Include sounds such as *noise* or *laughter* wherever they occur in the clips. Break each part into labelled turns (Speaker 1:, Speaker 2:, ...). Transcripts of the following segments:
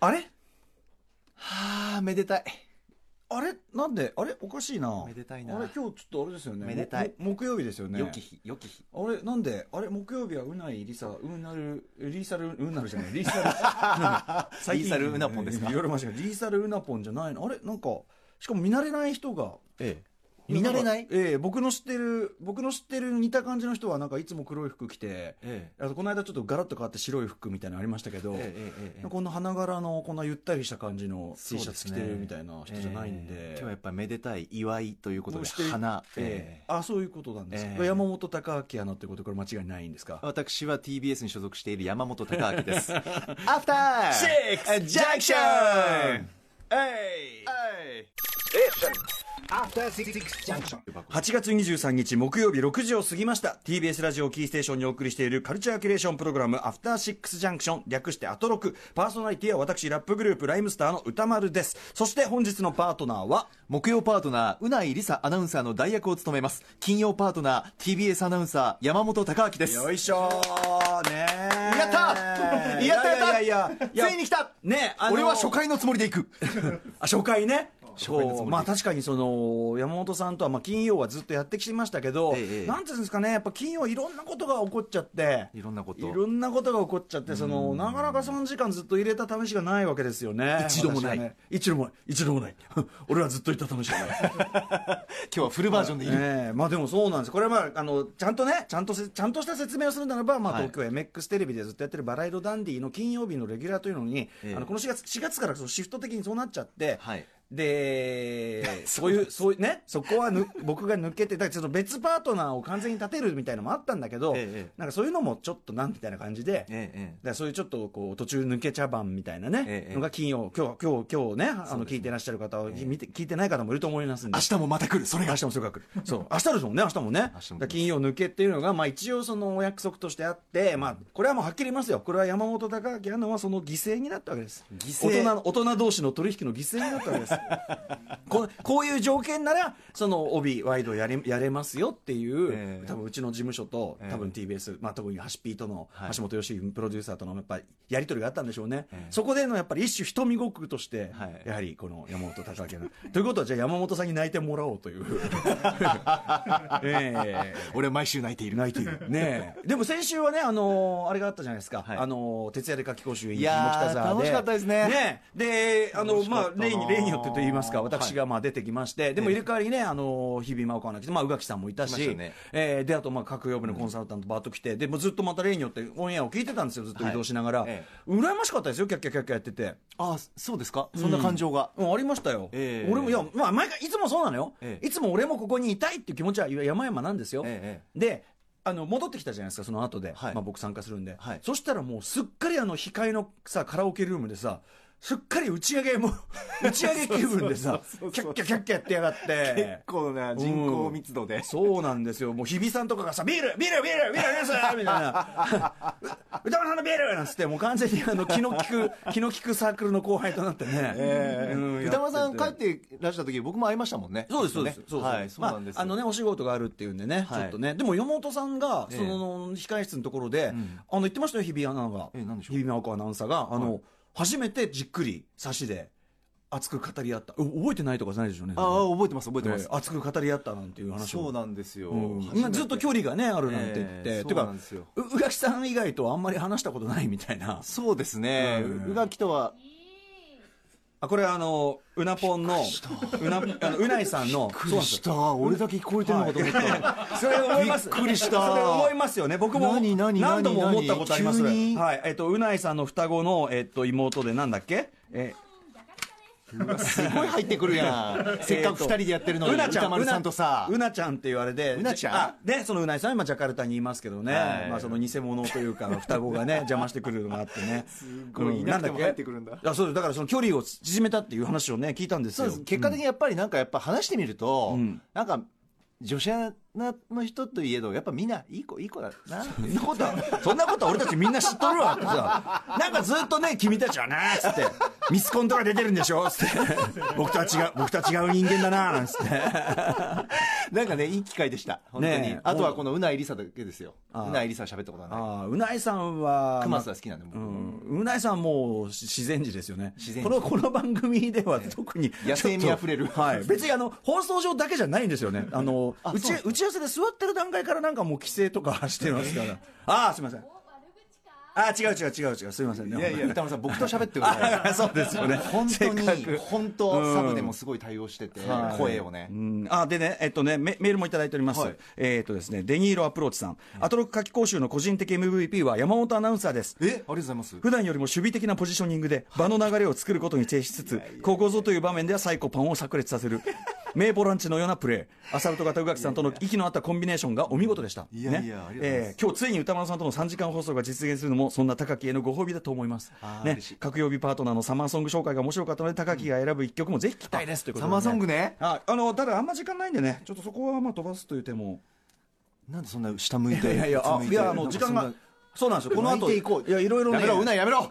Speaker 1: あれ
Speaker 2: はあめでたい
Speaker 1: あれなんであれおかしいな。
Speaker 2: めでたいな
Speaker 1: あれ今日ちょっとあれですよね。
Speaker 2: めでたい
Speaker 1: も。も木曜日ですよね。
Speaker 2: 良き日良き日
Speaker 1: あれなんであれ木曜日はうないりさうなるリーサルうなるじゃ
Speaker 2: *laughs*
Speaker 1: ないリーサル
Speaker 2: リーサルうなぽんですか
Speaker 1: いろいろ間違えたリーサルうなぽんじゃないのあれなんかしかも見慣れない人が
Speaker 2: ええ見慣れない
Speaker 1: んかええ僕の知ってる僕の知ってる似た感じの人はなんかいつも黒い服着て
Speaker 2: え
Speaker 1: あとこの間ちょっとガラッと変わって白い服みたいなのありましたけど、
Speaker 2: えええええ
Speaker 1: こんな花柄のこんなゆったりした感じの T シャツ着
Speaker 2: そう
Speaker 1: て
Speaker 2: ですね
Speaker 1: るみたいな人じゃないんで、
Speaker 2: ええ今日はやっぱめでたい祝いということ
Speaker 1: もう
Speaker 2: で
Speaker 1: して
Speaker 2: 花
Speaker 1: ええ
Speaker 2: ええ
Speaker 1: あそういうことなんですけど、
Speaker 2: ええ
Speaker 1: 山本隆明アナってことこれ間違いないんですか
Speaker 2: 私は TBS に所属している山本隆明 *laughs* ですアフター
Speaker 1: シックス
Speaker 2: ジャンクション
Speaker 1: えい
Speaker 2: 箱
Speaker 1: 8月23日木曜日6時を過ぎました TBS ラジオをキーステーションにお送りしているカルチャーキュレーションプログラム「アフターシックスジャンクション」略して「アトロク」パーソナリティは私ラップグループライムスターの歌丸ですそして本日のパートナーは
Speaker 2: 木曜パートナーうないりさアナウンサーの代役を務めます金曜パートナー TBS アナウンサー山本隆明です
Speaker 1: いしょーねー
Speaker 2: やったやったやった
Speaker 1: いやいやいや
Speaker 2: ついに来た
Speaker 1: ねあのー
Speaker 2: 俺は初回のつもりで
Speaker 1: *laughs*
Speaker 2: 行く
Speaker 1: あ初回ね
Speaker 2: 初回のつもりで
Speaker 1: まあ確かにその山本さんとはまあ金曜はずっとやってきましたけど、
Speaker 2: ええ
Speaker 1: なんていうんですかねやっぱ金曜いろんなことが起こっちゃって
Speaker 2: いろんなこと
Speaker 1: いろんなことが起こっちゃってそのなかなか3時間ずっと入れた試しがないわけですよね
Speaker 2: 一度もな
Speaker 1: 私
Speaker 2: い
Speaker 1: はね一度もない一度もない *laughs* 俺はずっといた試しがない
Speaker 2: 今日はフルバージョンでいる、
Speaker 1: ええまあでもそうなんですこれはまああのちゃんとねちゃんとせちゃんとした説明をするならば、まあ、
Speaker 2: はい
Speaker 1: 東京 MX テレビでずっとやってる「バラ色ダンディ」の金曜日のレギュラーというのに、
Speaker 2: ええ
Speaker 1: あのこの4月 ,4 月からそのシフト的にそうなっちゃって、
Speaker 2: はい
Speaker 1: でそういうそういうねそこはぬ僕が抜けてだからちょっと別パートナーを完全に立てるみたいなのもあったんだけど、
Speaker 2: ええええ
Speaker 1: なんかそういうのもちょっとなんみたいな感じで。
Speaker 2: えええ
Speaker 1: だからそういうちょっとこう途中抜け茶番みたいなね、
Speaker 2: ええ
Speaker 1: のが金曜、今日今日今日ね、あの聞いてらっしゃる方は、見て聞いてない方もいると思いますんで、
Speaker 2: 明日もまた来るそれが
Speaker 1: 明日もそれが来る。そう。明日ですもんね、明日もね。
Speaker 2: 明日も
Speaker 1: だから金曜抜けっていうのが、まあ一応そのお約束としてあって、まあ、これはもうはっきり言いますよ。これは山本隆明アナはその犠牲になったわけです。
Speaker 2: 犠牲
Speaker 1: 大人の、大人同士の取引の犠牲になったわけ
Speaker 2: *laughs*
Speaker 1: です。ここういう条件なら、その帯、ワイドやれ、やれますよっていう、
Speaker 2: ええ
Speaker 1: 多分うちの事務所と、
Speaker 2: ええ
Speaker 1: 多分 TBS、まあ特にハシピーとの、
Speaker 2: はい
Speaker 1: 橋本良樹プロデューサーとのやっぱりやり取りがあったんでしょうね。
Speaker 2: ええ
Speaker 1: そこでのやっぱり一種瞳ごくとして、
Speaker 2: はい
Speaker 1: やはりこの山本隆明アナ。ということは、じゃあ山本さんに泣いてもらおうという。え
Speaker 2: 俺は毎週泣いてい
Speaker 1: え
Speaker 2: る
Speaker 1: 泣いている。ねえでも先週はね、あのーあれがあったじゃないですか。
Speaker 2: はい
Speaker 1: あのー徹夜で夏期講習委員
Speaker 2: いやー楽しかったですね
Speaker 1: ねえで、あの、
Speaker 2: 楽しか
Speaker 1: ま
Speaker 2: った
Speaker 1: あ、
Speaker 2: な
Speaker 1: 例に、例によってと言いますか、私がまあ出てきまして、でも入れ替わりにね、あのー日々真央子が来て、まあ、宇垣さんもいた
Speaker 2: 来まし
Speaker 1: し、
Speaker 2: たね
Speaker 1: ええで、あと、まあ、各曜日のコンサルタントバーッと来て、で、もうずっとまた例によってオンエアを聞いてたんですよ、ずっと移動しながら。
Speaker 2: はいえ
Speaker 1: 羨ましかったですよ、キャッキャッキャッキャやってて。
Speaker 2: ああそうですかそんな感情が、
Speaker 1: うん、ありましたよ、
Speaker 2: ええ
Speaker 1: 俺もいや、まあ、毎回いつもそうなのよ、
Speaker 2: ええ
Speaker 1: いつも俺もここにいたいっていう気持ちは山々なんですよ、
Speaker 2: え
Speaker 1: であの戻ってきたじゃないですかその後で、
Speaker 2: はい
Speaker 1: まあ、僕参加するんで、
Speaker 2: はい
Speaker 1: そしたらもうすっかりあの控えのさカラオケルームでさすっかり打ち上げ
Speaker 2: *laughs*
Speaker 1: も打ち上げ気分でさキ
Speaker 2: そうそうそうそ
Speaker 1: ャ
Speaker 2: う
Speaker 1: ッキャキャッキャやってやが *laughs* って
Speaker 2: 結構な人口密度で、
Speaker 1: そうなんですよ。もう日比さんとかがさ、ビールビールビールビールですみたいな。
Speaker 2: *laughs*
Speaker 1: う歌丸さんのビールなんつって、もう完全にあの、気の利く、気の利くサークルの後輩となってね。
Speaker 2: ええ
Speaker 1: うん
Speaker 2: 歌丸さん帰
Speaker 1: や
Speaker 2: っ
Speaker 1: って
Speaker 2: らした時僕も会いましたもんね
Speaker 1: そうです、そうです
Speaker 2: ね。
Speaker 1: そうです
Speaker 2: はいそうなんですよ、
Speaker 1: まあ、あのね、お仕事があるっていうんでね、
Speaker 2: はい
Speaker 1: ちょっとね。でも、山本さんが、
Speaker 2: ええ
Speaker 1: その、控室のところで、あの、言ってましたよ、日比アナが。
Speaker 2: ええなんでしょう
Speaker 1: 日比真子アナウンサーが、あの、初めてじっくり、差しで、熱く語り合った。お覚えてないとかじゃないでしょうね。
Speaker 2: ああ覚えてます覚えてます、
Speaker 1: ええ熱く語り合ったなんていう話を。
Speaker 2: そうなんですよ、
Speaker 1: うんまあずっと距離がねあるなんて言って、
Speaker 2: ええ
Speaker 1: て
Speaker 2: そう
Speaker 1: か
Speaker 2: なんですよ
Speaker 1: う宇垣さん以外とはあんまり話したことないみたいな
Speaker 2: そうですね
Speaker 1: うん
Speaker 2: 宇垣とは
Speaker 1: あこれあのうなぽんのうなあのうないさんのそうなんですよ
Speaker 2: た俺だけ聞こえてるのかと思った、
Speaker 1: それ思います
Speaker 2: びっくりした
Speaker 1: それ思いますよね僕も
Speaker 2: 何何
Speaker 1: 何
Speaker 2: 何
Speaker 1: 度も思ったことあります
Speaker 2: 急に
Speaker 1: はいえっとうないさんの双子のえっと妹でなんだっけえ
Speaker 2: *laughs* すごい入ってくるや
Speaker 1: *laughs*
Speaker 2: んせっかく二人でやってるのに
Speaker 1: うなちゃ
Speaker 2: 歌
Speaker 1: ん
Speaker 2: 丸さんとさ
Speaker 1: うなうなちゃんって言われて
Speaker 2: うなちゃん
Speaker 1: あでそのうないさんは今ジャカルタにいますけどね、
Speaker 2: はい
Speaker 1: まあ、その偽物というか双子が
Speaker 2: *laughs*
Speaker 1: ね邪魔してくるのがあってねす
Speaker 2: ごいいなくても入ってくるんだ
Speaker 1: いやそうですだからその距離を縮めたっていう話をね聞いたんです
Speaker 2: そう
Speaker 1: よ
Speaker 2: です結果的にやっぱりなんかやっぱ話してみると、
Speaker 1: うん
Speaker 2: なんか女子アナの人といえどやっぱみんないい子いい子だな
Speaker 1: そんなことは、そんなことは俺たちみんな知っとるわってさ、なんかずっとね、君たちはね、つって、ミスコンとか出てるんでしょつって、僕とは違う、僕とは違う人間だな、なんつって。
Speaker 2: なんかね、いい機会でした。本当に。
Speaker 1: ねえ
Speaker 2: あとはこのうないりさだけですよ。
Speaker 1: あー
Speaker 2: うないりさは喋ったことはない。
Speaker 1: ああうないさんは
Speaker 2: 熊さん好きなんで、僕。
Speaker 1: うんうないさんもうし自然児ですよね
Speaker 2: 自然児
Speaker 1: このこの番組では *laughs* 特に
Speaker 2: 野生
Speaker 1: ち
Speaker 2: 味
Speaker 1: ょっと
Speaker 2: あふれる
Speaker 1: はい、別にあの放送上だけじゃないんですよねあの
Speaker 2: あ
Speaker 1: 打ち
Speaker 2: そうなんです
Speaker 1: 打ち合わせで座ってる段階からなんかもう規制とかしてますから、ああすいませんあー違う違う違う違うすいませんね
Speaker 2: いやいや、歌丸さん、僕と喋ってください。
Speaker 1: あ *laughs* そうですよね
Speaker 2: 本当
Speaker 1: せっか
Speaker 2: に、
Speaker 1: く
Speaker 2: 本
Speaker 1: う
Speaker 2: 当、
Speaker 1: ん
Speaker 2: サブでもすごい対応してて
Speaker 1: は、い
Speaker 2: 声をね
Speaker 1: う。んあでね、えっとねメ、メールもいただいております、
Speaker 2: はい
Speaker 1: えーっとですね、デニーロアプローチさん、アトロック夏季講習の個人的 MVP は山本アナウンサーです。
Speaker 2: え、ありがとうございます。
Speaker 1: 普段よりも守備的なポジショニング
Speaker 2: *laughs*
Speaker 1: で場の流れを作ることに徹しつつ、ここぞという場面ではサイコパンを炸裂させ
Speaker 2: *laughs*
Speaker 1: る。名ボランチのようなプレー。アサルト型宇垣さんとの息の合ったコンビネーションがお見事でした。
Speaker 2: いやいやありがとうございます
Speaker 1: えー今日ついに歌丸さんとの3時間放送が実現するのも、そんな高木へのご褒美だと思います
Speaker 2: あ。ー
Speaker 1: ね
Speaker 2: 嬉しい、
Speaker 1: 各曜日パートナーのサマーソング紹介が面白かったので、高木が選ぶ一曲もぜひ聞きたいですということ
Speaker 2: サ
Speaker 1: で、
Speaker 2: マーソングね。
Speaker 1: ああのただあんま時間ないんでねちょっとそこはまあ飛ばすという手も
Speaker 2: なんでそんな下向いて。
Speaker 1: あ
Speaker 2: うつむ
Speaker 1: い
Speaker 2: て
Speaker 1: やあの時間がそうなんですよこの後
Speaker 2: 巻いていこう
Speaker 1: やいろいろね
Speaker 2: やめろ、うないやめろ、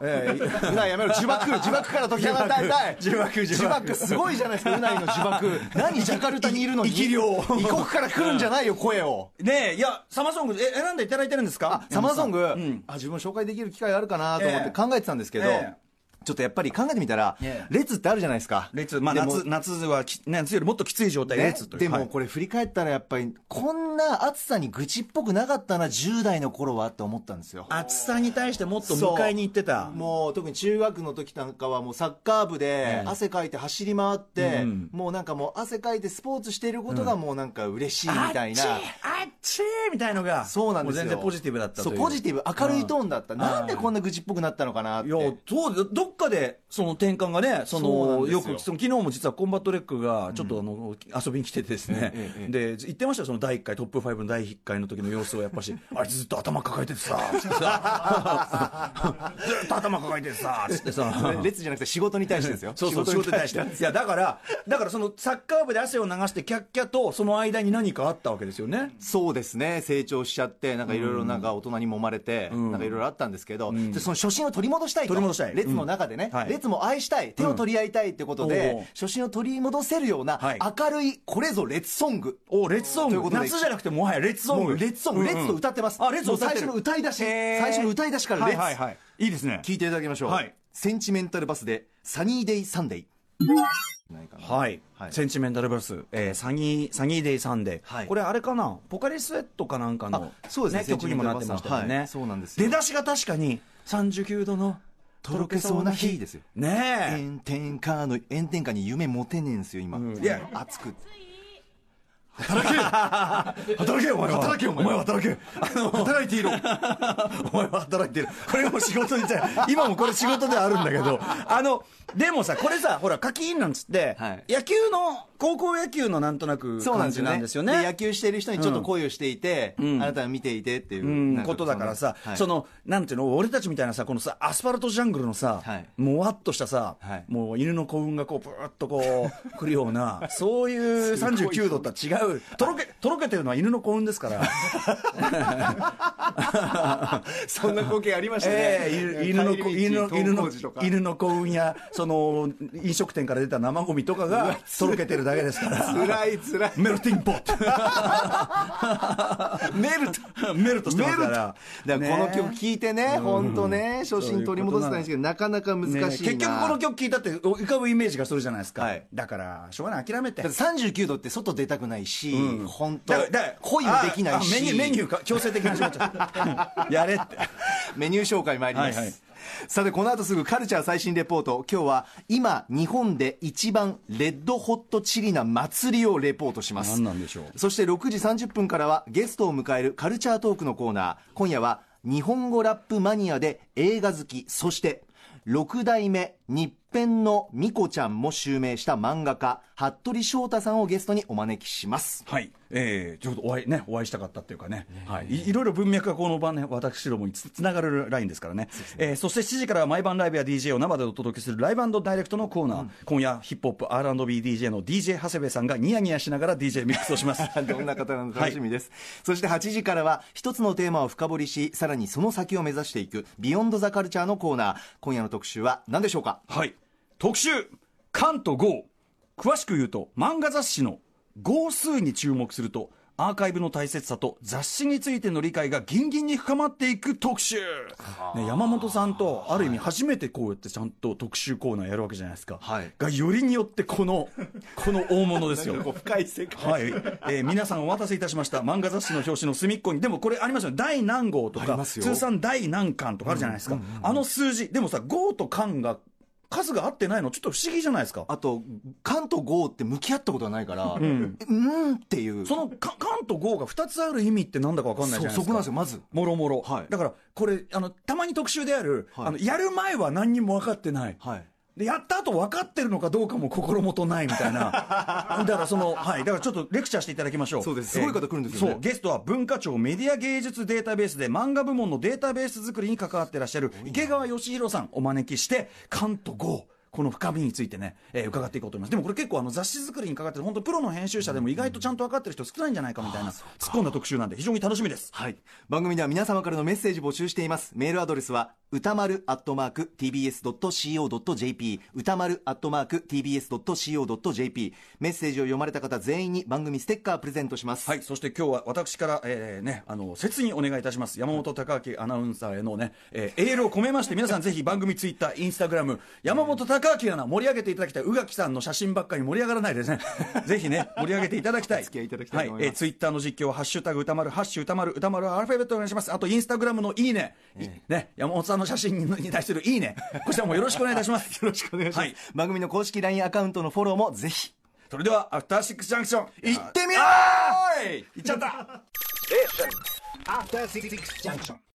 Speaker 2: うないやめろ、呪縛、呪縛から解き放たれたい、
Speaker 1: 呪縛呪縛
Speaker 2: 呪縛すごいじゃないですか、うないの呪縛、何、ジャカルタにいるのに、
Speaker 1: 生き量
Speaker 2: 異国から来るんじゃないよ、声を。
Speaker 1: ねえいやサマーソングえ選んでいただいてるんですか
Speaker 2: サマーソング、
Speaker 1: うん
Speaker 2: あ自分も紹介できる機会あるかなと思って
Speaker 1: ええ
Speaker 2: 考えてたんですけど、
Speaker 1: ええ
Speaker 2: ちょっとやっぱり考えてみたら、
Speaker 1: ええ
Speaker 2: 列ってあるじゃないですか。
Speaker 1: 列まあ
Speaker 2: でも
Speaker 1: 夏夏はき夏よりもっときつい状態
Speaker 2: ね
Speaker 1: 列という
Speaker 2: で
Speaker 1: は
Speaker 2: も
Speaker 1: い
Speaker 2: これ振り返ったらやっぱりこんな暑さに愚痴っぽくなかったな10代の頃はって思ったんですよ
Speaker 1: 暑さに対してもっと
Speaker 2: そう
Speaker 1: 迎えに行ってた
Speaker 2: もう特に中学の時なんかはもうサッカー部で
Speaker 1: え
Speaker 2: 汗かいて走り回って、
Speaker 1: うん
Speaker 2: もうなんかもう汗かいてスポーツしていることがもうなんか嬉しいみたいな、
Speaker 1: あっちあっちみたいのが
Speaker 2: そうなんですよ
Speaker 1: も全然ポジティブだったと
Speaker 2: そ
Speaker 1: いう
Speaker 2: うポジティブ明るいトーンだった、
Speaker 1: ん
Speaker 2: なんでこんな愚痴っぽくなったのかなって
Speaker 1: いやそうだどっかでその転換がね、そ
Speaker 2: そうなん
Speaker 1: の
Speaker 2: です
Speaker 1: よ
Speaker 2: よ
Speaker 1: くその昨日も実はコンバットレックがちょっとあの、遊びに来ててですね、
Speaker 2: えええ
Speaker 1: で言ってましたよ、その第1回、トップ5の第1回の時の様子をやっぱし、あいつずっと頭抱えててさ、つってさずっと頭抱えててさ、つってさ。
Speaker 2: 列じゃなくて仕事に対してですよ
Speaker 1: そうそう仕事に対していやだからだからそのサッカー部で汗を流してキャッキャとその間に何かあったわけですよね
Speaker 2: そうですね成長しちゃってなんかいろいろなんか大人に揉まれて、なんかいろいろあったんですけど、でその初心を取り戻したいと
Speaker 1: 取り戻したい
Speaker 2: 列の中でね、
Speaker 1: うんはい
Speaker 2: 列も愛したい手を取り合いたいってことで、
Speaker 1: うんおー
Speaker 2: 初心を取り戻せるような
Speaker 1: はい
Speaker 2: 明るいこれぞ列ソング
Speaker 1: おレッツソン
Speaker 2: という
Speaker 1: グ
Speaker 2: ことで
Speaker 1: 夏じゃなくてもはやレッツソン
Speaker 2: も
Speaker 1: グ
Speaker 2: うレッツソング、
Speaker 1: うんうん
Speaker 2: レッツを歌ってます
Speaker 1: あレッツを歌ってる
Speaker 2: もう最初の歌い出し
Speaker 1: へー
Speaker 2: 最初の歌い出しからレッ
Speaker 1: はい
Speaker 2: ツ、
Speaker 1: はいはいいいですね
Speaker 2: 聞いていただきましょう、
Speaker 1: はい
Speaker 2: センチメンタルバスで「サニーデイサンデイ」ないかな
Speaker 1: はい、
Speaker 2: はい
Speaker 1: センチメンタルブラス、えーサニー、サニーデイサンデー、
Speaker 2: はい
Speaker 1: これあれかな、ポカリスエットかなんかの、
Speaker 2: あそうですね
Speaker 1: 曲にもなってましたよね、
Speaker 2: はいそうなんですよ
Speaker 1: 出だしが確かに、39度の
Speaker 2: とろけそうな日ですよ
Speaker 1: ね
Speaker 2: 炎天下の炎天下に夢持てねえんですよ今、
Speaker 1: んいや
Speaker 2: 熱く
Speaker 1: え、働けよ、お前は、
Speaker 2: 働けよお前は
Speaker 1: は働け、あの働いてい
Speaker 2: *laughs*
Speaker 1: ろ、お前は働いている、これがもう仕事に対今もこれ、仕事ではあるんだけ
Speaker 2: *laughs*
Speaker 1: ど、あのでもさ、これさ、ほら、課金なんつって、
Speaker 2: はい
Speaker 1: 野球の、高校野球のなんとなく
Speaker 2: そうな
Speaker 1: 感
Speaker 2: んです
Speaker 1: じ
Speaker 2: よ
Speaker 1: な
Speaker 2: ね
Speaker 1: んですよね。
Speaker 2: で野球している人にちょっと恋をしていて、
Speaker 1: ん
Speaker 2: あなたは見ていてっていう、
Speaker 1: うん
Speaker 2: なん
Speaker 1: ことだからさ、
Speaker 2: はい
Speaker 1: そのなんていうの、俺たちみたいなさ、このさ、アスファルトジャングルのさ、
Speaker 2: はい
Speaker 1: もわっとしたさ、
Speaker 2: はい
Speaker 1: もう犬の幸運がこう、ぶーっとこう、来るよう
Speaker 2: *laughs*
Speaker 1: な、そういう39度とは違う、とろけ、とろけてるのは犬の幸運です
Speaker 2: *laughs*
Speaker 1: から、
Speaker 2: そんな光景ありましたね、
Speaker 1: ええ犬犬の
Speaker 2: 帰
Speaker 1: 子
Speaker 2: り
Speaker 1: 犬
Speaker 2: 道
Speaker 1: の、犬
Speaker 2: 登
Speaker 1: の
Speaker 2: 校時と、か
Speaker 1: 犬の幸運や、その、飲食店から出た生ゴミとか
Speaker 2: *laughs*
Speaker 1: が、とろけてるだけですから。
Speaker 2: 辛い辛い
Speaker 1: メルティングポッ
Speaker 2: *laughs* メルト
Speaker 1: ト *laughs* メルトしてますか
Speaker 2: メル
Speaker 1: ら
Speaker 2: トだからこの曲
Speaker 1: ね
Speaker 2: 聴いてね、本当ね、初心取り戻せたいんですけど、なかなか難しいな。
Speaker 1: ね結局この曲聴いたって浮かぶイメージがするじゃないですか、
Speaker 2: はい
Speaker 1: だからしょうがない諦めて
Speaker 2: だって39度って外出たくないし、
Speaker 1: うん
Speaker 2: 本当
Speaker 1: だからだから
Speaker 2: 恋もできないし
Speaker 1: ああメニューメニューか強制的に始まっちゃう *laughs* やれって
Speaker 2: *laughs* メニュー紹介参ります、
Speaker 1: はいはい
Speaker 2: さてこの後すぐカルチャー最新レポート今日は今日本で一番レッドホットチリな祭りをレポートします
Speaker 1: 何なんでしょう
Speaker 2: そして6時30分からはゲストを迎えるカルチャートークのコーナー今夜は日本語ラップマニアで映画好きそして6代目日編のミコちゃんも襲名した漫画家服部翔太さんをゲストにお招きします
Speaker 1: はいえー、ちょっとお会い,、ね、お会いしたかったっていうかね、はい、いいろいろ文脈がこの場ね私どもにつつながるラインですからねそえーそして7時からは毎晩ライブや DJ を生でお届けするライブダイレクトのコーナー、今夜ヒップホップ R&BDJ の DJ 長谷部さんがニヤニヤしながら DJ ミックスをします
Speaker 2: どんな方なのか楽しみです、そして8時からは一つのテーマを深掘りしさらにその先を目指していく「ビヨンドザカルチャーのコーナー今夜の特集は何でしょうか
Speaker 1: はい特集「関と GO」詳しく言うと漫画雑誌の「号数に注目するとアーカイブの大切さと雑誌についての理解がギンギンに深まっていく特集、ね、山本さんとある意味初めてこうやってちゃんと特集コーナーやるわけじゃないですか、
Speaker 2: はい
Speaker 1: がよりによってこのこの大物
Speaker 2: *laughs*
Speaker 1: ですよ
Speaker 2: 深い世界
Speaker 1: はい、えー皆さんお待たせいたしました漫画雑誌の表紙の隅っこにでもこれありますよね第何号と
Speaker 2: あり
Speaker 1: か
Speaker 2: ますよ
Speaker 1: 通算第何巻とかあるじゃないですか、あの数字でもさ号と巻が数が合ってないのちょっと不思議じゃないですか
Speaker 2: あと関と豪って向き合ったことはないからう
Speaker 1: うん
Speaker 2: ーんっていう
Speaker 1: そのか関と号が2つある意味ってなんだか分かんないじゃないですか
Speaker 2: そそこなんですよまず
Speaker 1: もろもろ、
Speaker 2: はい
Speaker 1: だからこれあのたまに特集である、
Speaker 2: はい
Speaker 1: あのやる前は何にも分かってない、
Speaker 2: はい
Speaker 1: でやった後分かってるのかどうかも心もとないみたい
Speaker 2: *laughs*
Speaker 1: なだからそのはいだからちょっとレクチャーしていただきましょう
Speaker 2: そうですすごい方来るんですよね
Speaker 1: そうゲストは文化庁メディア芸術データベースで漫画部門のデータベース作りに関わってらっしゃる池川義弘さんお招きして関東豪この深みについてね、えー伺っていこうと思います。でもこれ結構あの雑誌作りに関わってる、本当プロの編集者でも意外とちゃんと分かってる人少ないんじゃないかみたいな、突っ込んだ特集なんで非常に楽しみです。
Speaker 2: はい。番組では皆様からのメッセージ募集しています。メールアドレスは、歌丸アットマーク tbs.co.jp、歌丸アットマーク tbs.co.jp、メッセージを読まれた方全員に番組ステッカープレゼントします。
Speaker 1: はい、そして今日は私から、えーね、あの、切にお願いいたします。山本隆明アナウンサーへのね、えーエールを込めまして、皆さんぜひ番組ツイッター、インスタグラム、山本隆明アナ盛り上げていただきたい、宇垣さんの写真ばっかり盛り上がらないですね。 *laughs* ぜひね、盛り上げていただきたい。
Speaker 2: お付き合いいただきたいと思います
Speaker 1: えーツイッターの実況は、ハッシュタグ歌丸、ハッシュ歌丸、歌丸アルファベットお願いします。あと、インスタグラムのいいね、いね、山本さんの写真に対するいいね、こちらもよろしくお願いいたし
Speaker 2: *laughs*
Speaker 1: ます。よろしくお願いし
Speaker 2: はい。番組の公式 LINE アカウントのフォローもぜひ。
Speaker 1: それでは、アフターシックスジャンクション、い
Speaker 2: 行ってみよ
Speaker 1: いっちゃった
Speaker 3: アフターシックスジャンクション